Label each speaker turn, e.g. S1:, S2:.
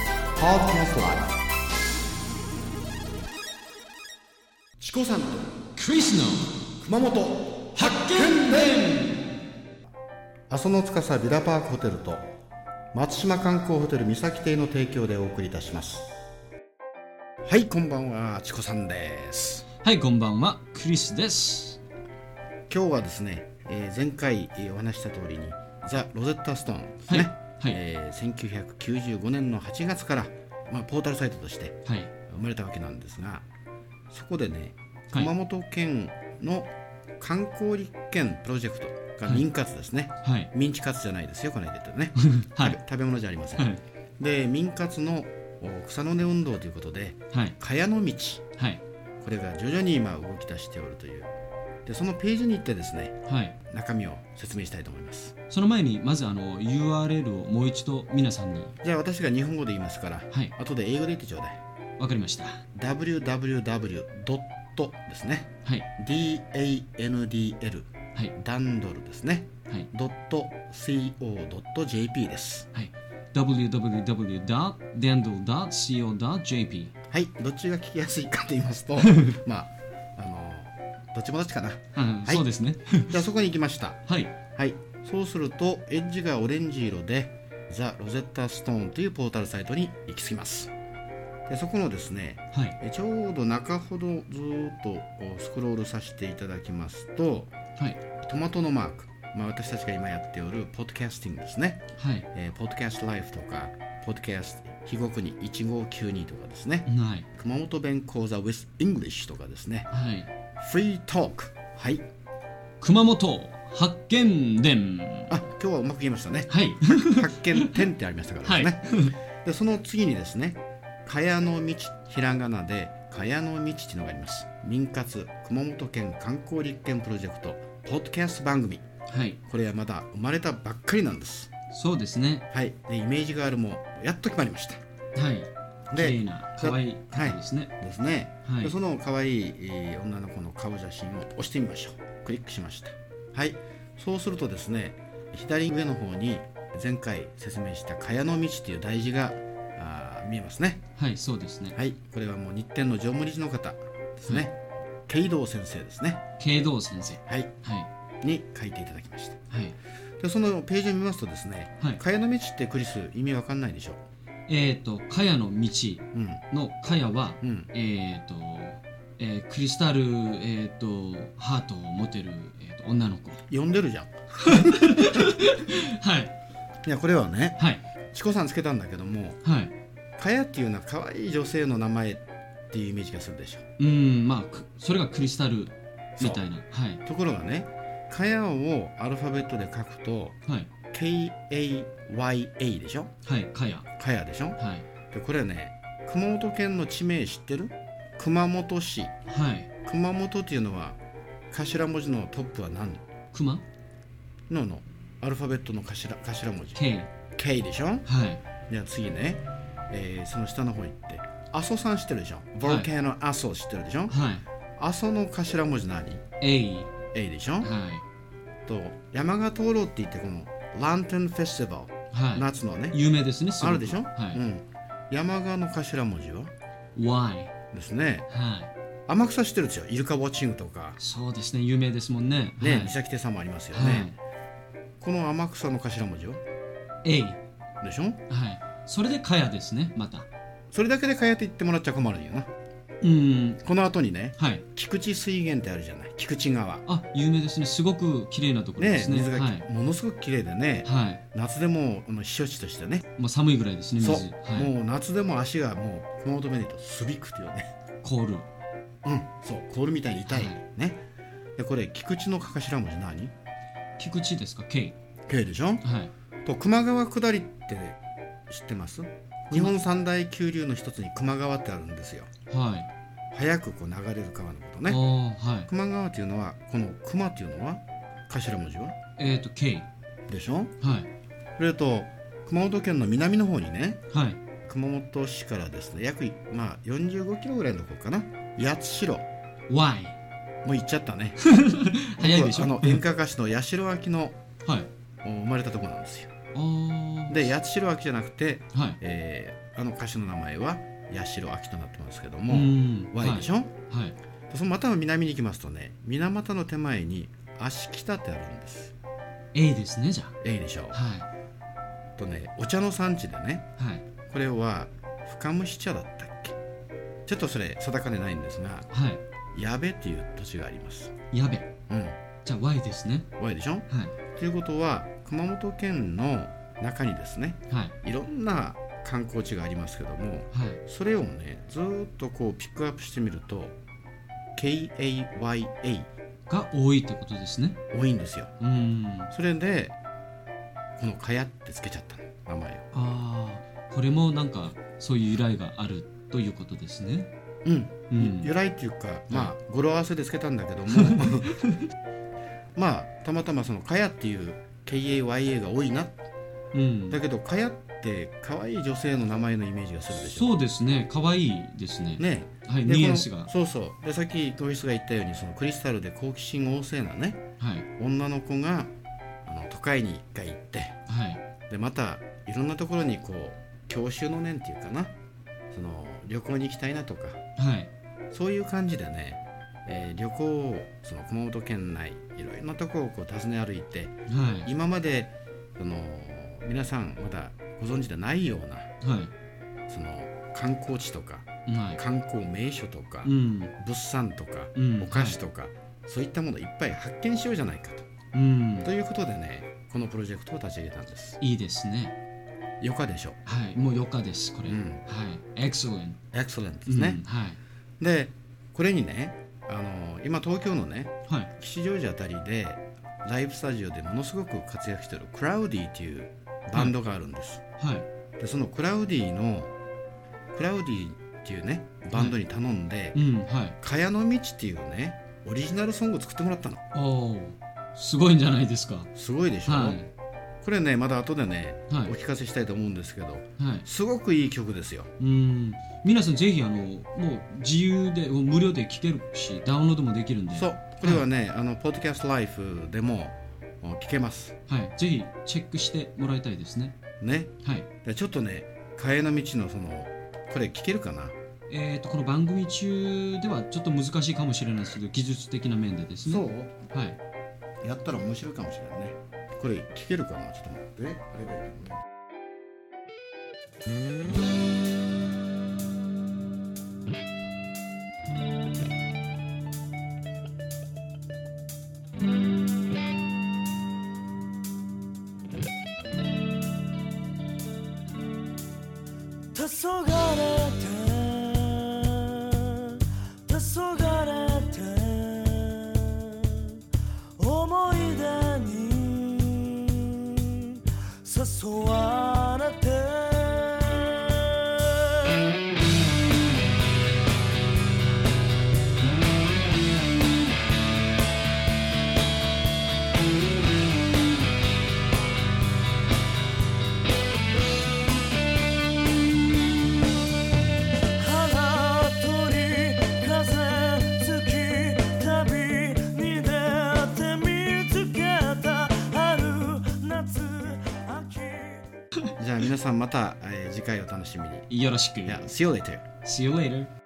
S1: Podcast Live チコさんと
S2: クリスの
S1: 熊本
S2: 発見伝
S1: 阿蘇の司ビラパークホテルと松島観光ホテル三崎邸の提供でお送りいたしますはいこんばんはチコさんです
S2: はいこんばんはクリスです
S1: 今日はですね、えー前回えーお話しした通りにザ・ロゼッタ・ストーンです
S2: はい
S1: ね、
S2: はい
S1: えー1995年の8月から、まあ、ポータルサイトとして
S2: はい
S1: 生まれたわけなんですがそこでね
S2: はい
S1: 熊本県の観光立県プロジェクトが民活ですね、
S2: はい
S1: 民地活じゃないですよこの間言ったのね、
S2: は
S1: 食
S2: い
S1: べ食べ物じゃありません、
S2: はい
S1: で民活のお草の根運動ということで
S2: はい
S1: 茅の道
S2: はい
S1: これが徐々に今動き出しておるというでそのページに行ってですね
S2: はい
S1: 中身を説明したいと思います
S2: その前にまずあの URL をもう一度皆さんに
S1: じゃあ私が日本語で言いますから
S2: はい
S1: 後で英語で言ってちょうだい
S2: わかりました
S1: www. ですね
S2: はい
S1: DANDL
S2: はい
S1: ダンドルですね
S2: はい
S1: .co.jp です
S2: はい www.dandle.co.jp
S1: はいどっちが聞きやすいかと言いますとまああのどっちもどっちかな
S2: あ
S1: はい
S2: そうですね
S1: じゃあそこに行きました
S2: はい
S1: はいそうするとエッジがオレンジ色でザ・ロゼッタ・ストーンというポータルサイトに行き着きますでそこのですね
S2: はい
S1: えちょうど中ほどずーっとおスクロールさせていただきますと
S2: はい
S1: トマトのマーク、まあ、私たちが今やっておるポッドキャスティングですね
S2: はい
S1: えー、ポッドキャストライフとか、ポッドキャスト肥後国1592とかですね、
S2: ない
S1: 熊本弁講座 with English とかですね、
S2: はい
S1: フリートーク。はい。
S2: 熊本発見伝。
S1: あ、今日はうまく言いましたね
S2: はい
S1: 発見点ってありましたからですね。で、その次にですね、茅の道、ひらがなで茅の道っていうのがあります。民活熊本県観光立県プロジェクト、ポッドキャスト番組。
S2: はい
S1: これはまだ生まれたばっかりなんです。
S2: そうですね
S1: はい。で、イメージガールもやっと決まりました。
S2: はい綺
S1: で
S2: 麗な可愛い方ですね
S1: ですね、
S2: はい
S1: でその可愛いえー女の子の顔写真を押してみましょうクリックしましたはいそうするとですね左上の方に前回説明した「茅の道」という大字があー見えますね
S2: はいそうですね
S1: はいこれはもう日天の常務理事の方ですね慶道先生ですね
S2: 慶道先生
S1: はい
S2: はい
S1: に書いていただきました
S2: はい
S1: でそのページを見ますとですね
S2: はい
S1: 「茅の道」ってクリス意味わかんないでしょ
S2: えっ、ー、と茅の道
S1: うん
S2: の茅は
S1: うん
S2: えっ、ー、と、えークリスタル、えっ、と、ハートを持てる、えーと女の子。
S1: 呼んでるじゃん
S2: はい、
S1: いやこれはね
S2: はい、
S1: チコさんつけたんだけども
S2: はい。
S1: かやっていうのは可愛い女性の名前っていうイメージがするでしょ
S2: うーん、まあ、くそれがクリスタルみたいな。はい、
S1: ところがねかやをアルファベットで書くと
S2: はい、
S1: KAYA でしょ
S2: はい、かや。
S1: かやでしょ
S2: はい、
S1: でこれね熊本県の地名知ってる熊本市
S2: はい、
S1: 熊本っていうのは頭文字のトップは何
S2: くま、
S1: ののアルファベットの頭頭文字
S2: けい。
S1: K でしょ
S2: はい、
S1: じゃあ次ね、えーその下の方行って阿蘇さん知ってるでしょボルケーノ阿蘇知ってるでしょ
S2: は
S1: 阿蘇の頭文字何
S2: い、えい、
S1: A でしょ、
S2: は
S1: と山が灯籠って言ってこのランテンフェスティバ
S2: い、
S1: ル、
S2: は
S1: 夏のね
S2: い。有名ですね、す
S1: あ
S2: ごく
S1: るでしょ、う
S2: は。
S1: ん、山川の頭文字はい
S2: Y。
S1: ですね
S2: はい。
S1: 天草知ってるでしょイルカウォッチングとか
S2: そうですね、有名ですもんね。
S1: ね、三崎亭さんもありますよ
S2: はい、
S1: ね、この天草の頭文字は
S2: はい、えい。
S1: でしょ
S2: はい。それでかやですね、また。
S1: それだけでかやって言ってもらっちゃ困るよな
S2: うーん、
S1: この後にね
S2: はい。
S1: 菊池水源ってあるじゃない菊池川ね
S2: あ、有名ですね。すごく綺麗なところですね。
S1: 水がき、
S2: はい。
S1: ものすごく綺麗でね
S2: はい。
S1: 夏でもあの避暑地としてね
S2: もう寒いぐらいですね。水。
S1: そう、
S2: はい。
S1: もう夏でも足がもう熊本弁で言うとすびくっていうね
S2: 凍る。
S1: うん、そう、コールみたいに痛い、
S2: はい
S1: ね。で、これ菊池のかかしら文字何
S2: 菊池ですか。K。
S1: ?K でしょ
S2: はい。
S1: と、球磨川下りって知ってます日本三大急流の一つに球磨川ってあるんですよ。
S2: はい。
S1: 早くこう流れる川のこと
S2: ああ
S1: ね。
S2: はい。
S1: 球磨川っていうのは、この熊っていうのは、頭文字は
S2: えっ、と K。
S1: でしょ
S2: はい。
S1: それと、熊本県の南の方にね、
S2: はい。
S1: 熊本市からですね、約、まあ、45キロぐらいのとこかな。八代。
S2: Y。
S1: もう行っちゃったね。
S2: 早いでしょ。
S1: あの、
S2: うん
S1: 演歌歌手の八代亜紀の
S2: はい。
S1: お生まれたとこなんですよ。
S2: あ
S1: で八代亜紀じゃなくて、
S2: あ。はい。
S1: えあの歌手の名前は八代亜紀となってますけど
S2: う
S1: も、
S2: ん
S1: Y でしょ、
S2: はいはい
S1: そのまたの南に行きますとね水俣の手前に足北ってあるんです
S2: A ですねじゃ
S1: えいでしょう
S2: あは
S1: とねお茶の産地でね
S2: いはい
S1: これは深蒸し茶だったっけちょっとそれ定かでないんですが
S2: は
S1: 矢部っていう土地があります
S2: いやべ
S1: うん
S2: じゃあ Y ですね
S1: Y でしょ
S2: はい
S1: ということは熊本県の中にですね
S2: はい
S1: いろんな観光地がありますけども
S2: はい
S1: それをねずーっとこうピックアップしてみると KAYA
S2: が多いってことですね
S1: 多いんですよ
S2: うーん
S1: それでこの「かや」ってつけちゃったの名前を
S2: ああこれもなんかそういう由来があるということですね
S1: うん、
S2: うん
S1: 由来っていうかまあ語呂合わせでつけたんだけ どもまあたまたまその「かや」っていう KAYA が多いな
S2: うん
S1: だけど「かや」って可愛い女性の名前のイメージがするでしょ
S2: そうですね可愛いですね
S1: ね
S2: はい
S1: でこ
S2: ニュア
S1: の
S2: ンスが
S1: そうそうでさっき教室が言ったようにそのクリスタルで好奇心旺盛なね
S2: はい
S1: 女の子があの都会に一回行って
S2: はい
S1: でまたいろんなところにこう教習の念っていうかなその旅行に行きたいなとか
S2: はい
S1: そういう感じでね、えー旅行をその熊本県内いろいろなところをこう訪ね歩いて
S2: はい
S1: 今までその皆さんまだご存知でないような
S2: は
S1: その観光地とか
S2: いはい
S1: 観光名所とか
S2: うん
S1: 物産とか
S2: うん
S1: お菓子とか、そういったものをいっぱい発見しようじゃないかと。
S2: はいうん
S1: ということでねこのプロジェクトを立ち上げたんです。
S2: いいですね
S1: よかでしょう。
S2: はいもう4日ですこれ、
S1: うん
S2: はいエクセレン
S1: エクセレントですね。
S2: はい
S1: でこれにねあの今東京のね
S2: はい
S1: 吉祥寺あたりでライブスタジオでものすごく活躍してるクラウディっていうバンドがあるんです。
S2: はい
S1: でそのクラウディのクラウディっていうねバンドに頼んで
S2: うんはい
S1: 「茅の道」っていうねオリジナルソングを作ってもらったの。
S2: おおすごいんじゃないですかは
S1: すごいでしょ、
S2: い
S1: これねまだ後でね、
S2: はい
S1: お聞かせしたいと思うんですけど
S2: はい
S1: すごくいい曲ですよ。
S2: うん皆さんぜひあのもう自由で無料で聴けるしダウンロードもできるんで
S1: そうこれはね、あのポッドキャストライフでもお聞けます
S2: はい、ぜひチェックしてもらいたいですね。
S1: ね
S2: はい、
S1: でちょっとね替えの道のそのこれ聞けるかな、
S2: えっ、とこの番組中ではちょっと難しいかもしれないですけど、技術的な面でですね。
S1: う
S2: はい、
S1: やったら面白いかもしれないねこれ聞けるかなちょっと待ってあれがいいね
S3: 黄昏れて黄昏れて思い出に誘われて花鳥風月旅に出て見つけた春夏秋
S1: じゃあ皆さんまた、えー次回お楽しみに
S2: よろしく。
S1: いや See you later
S2: See you later.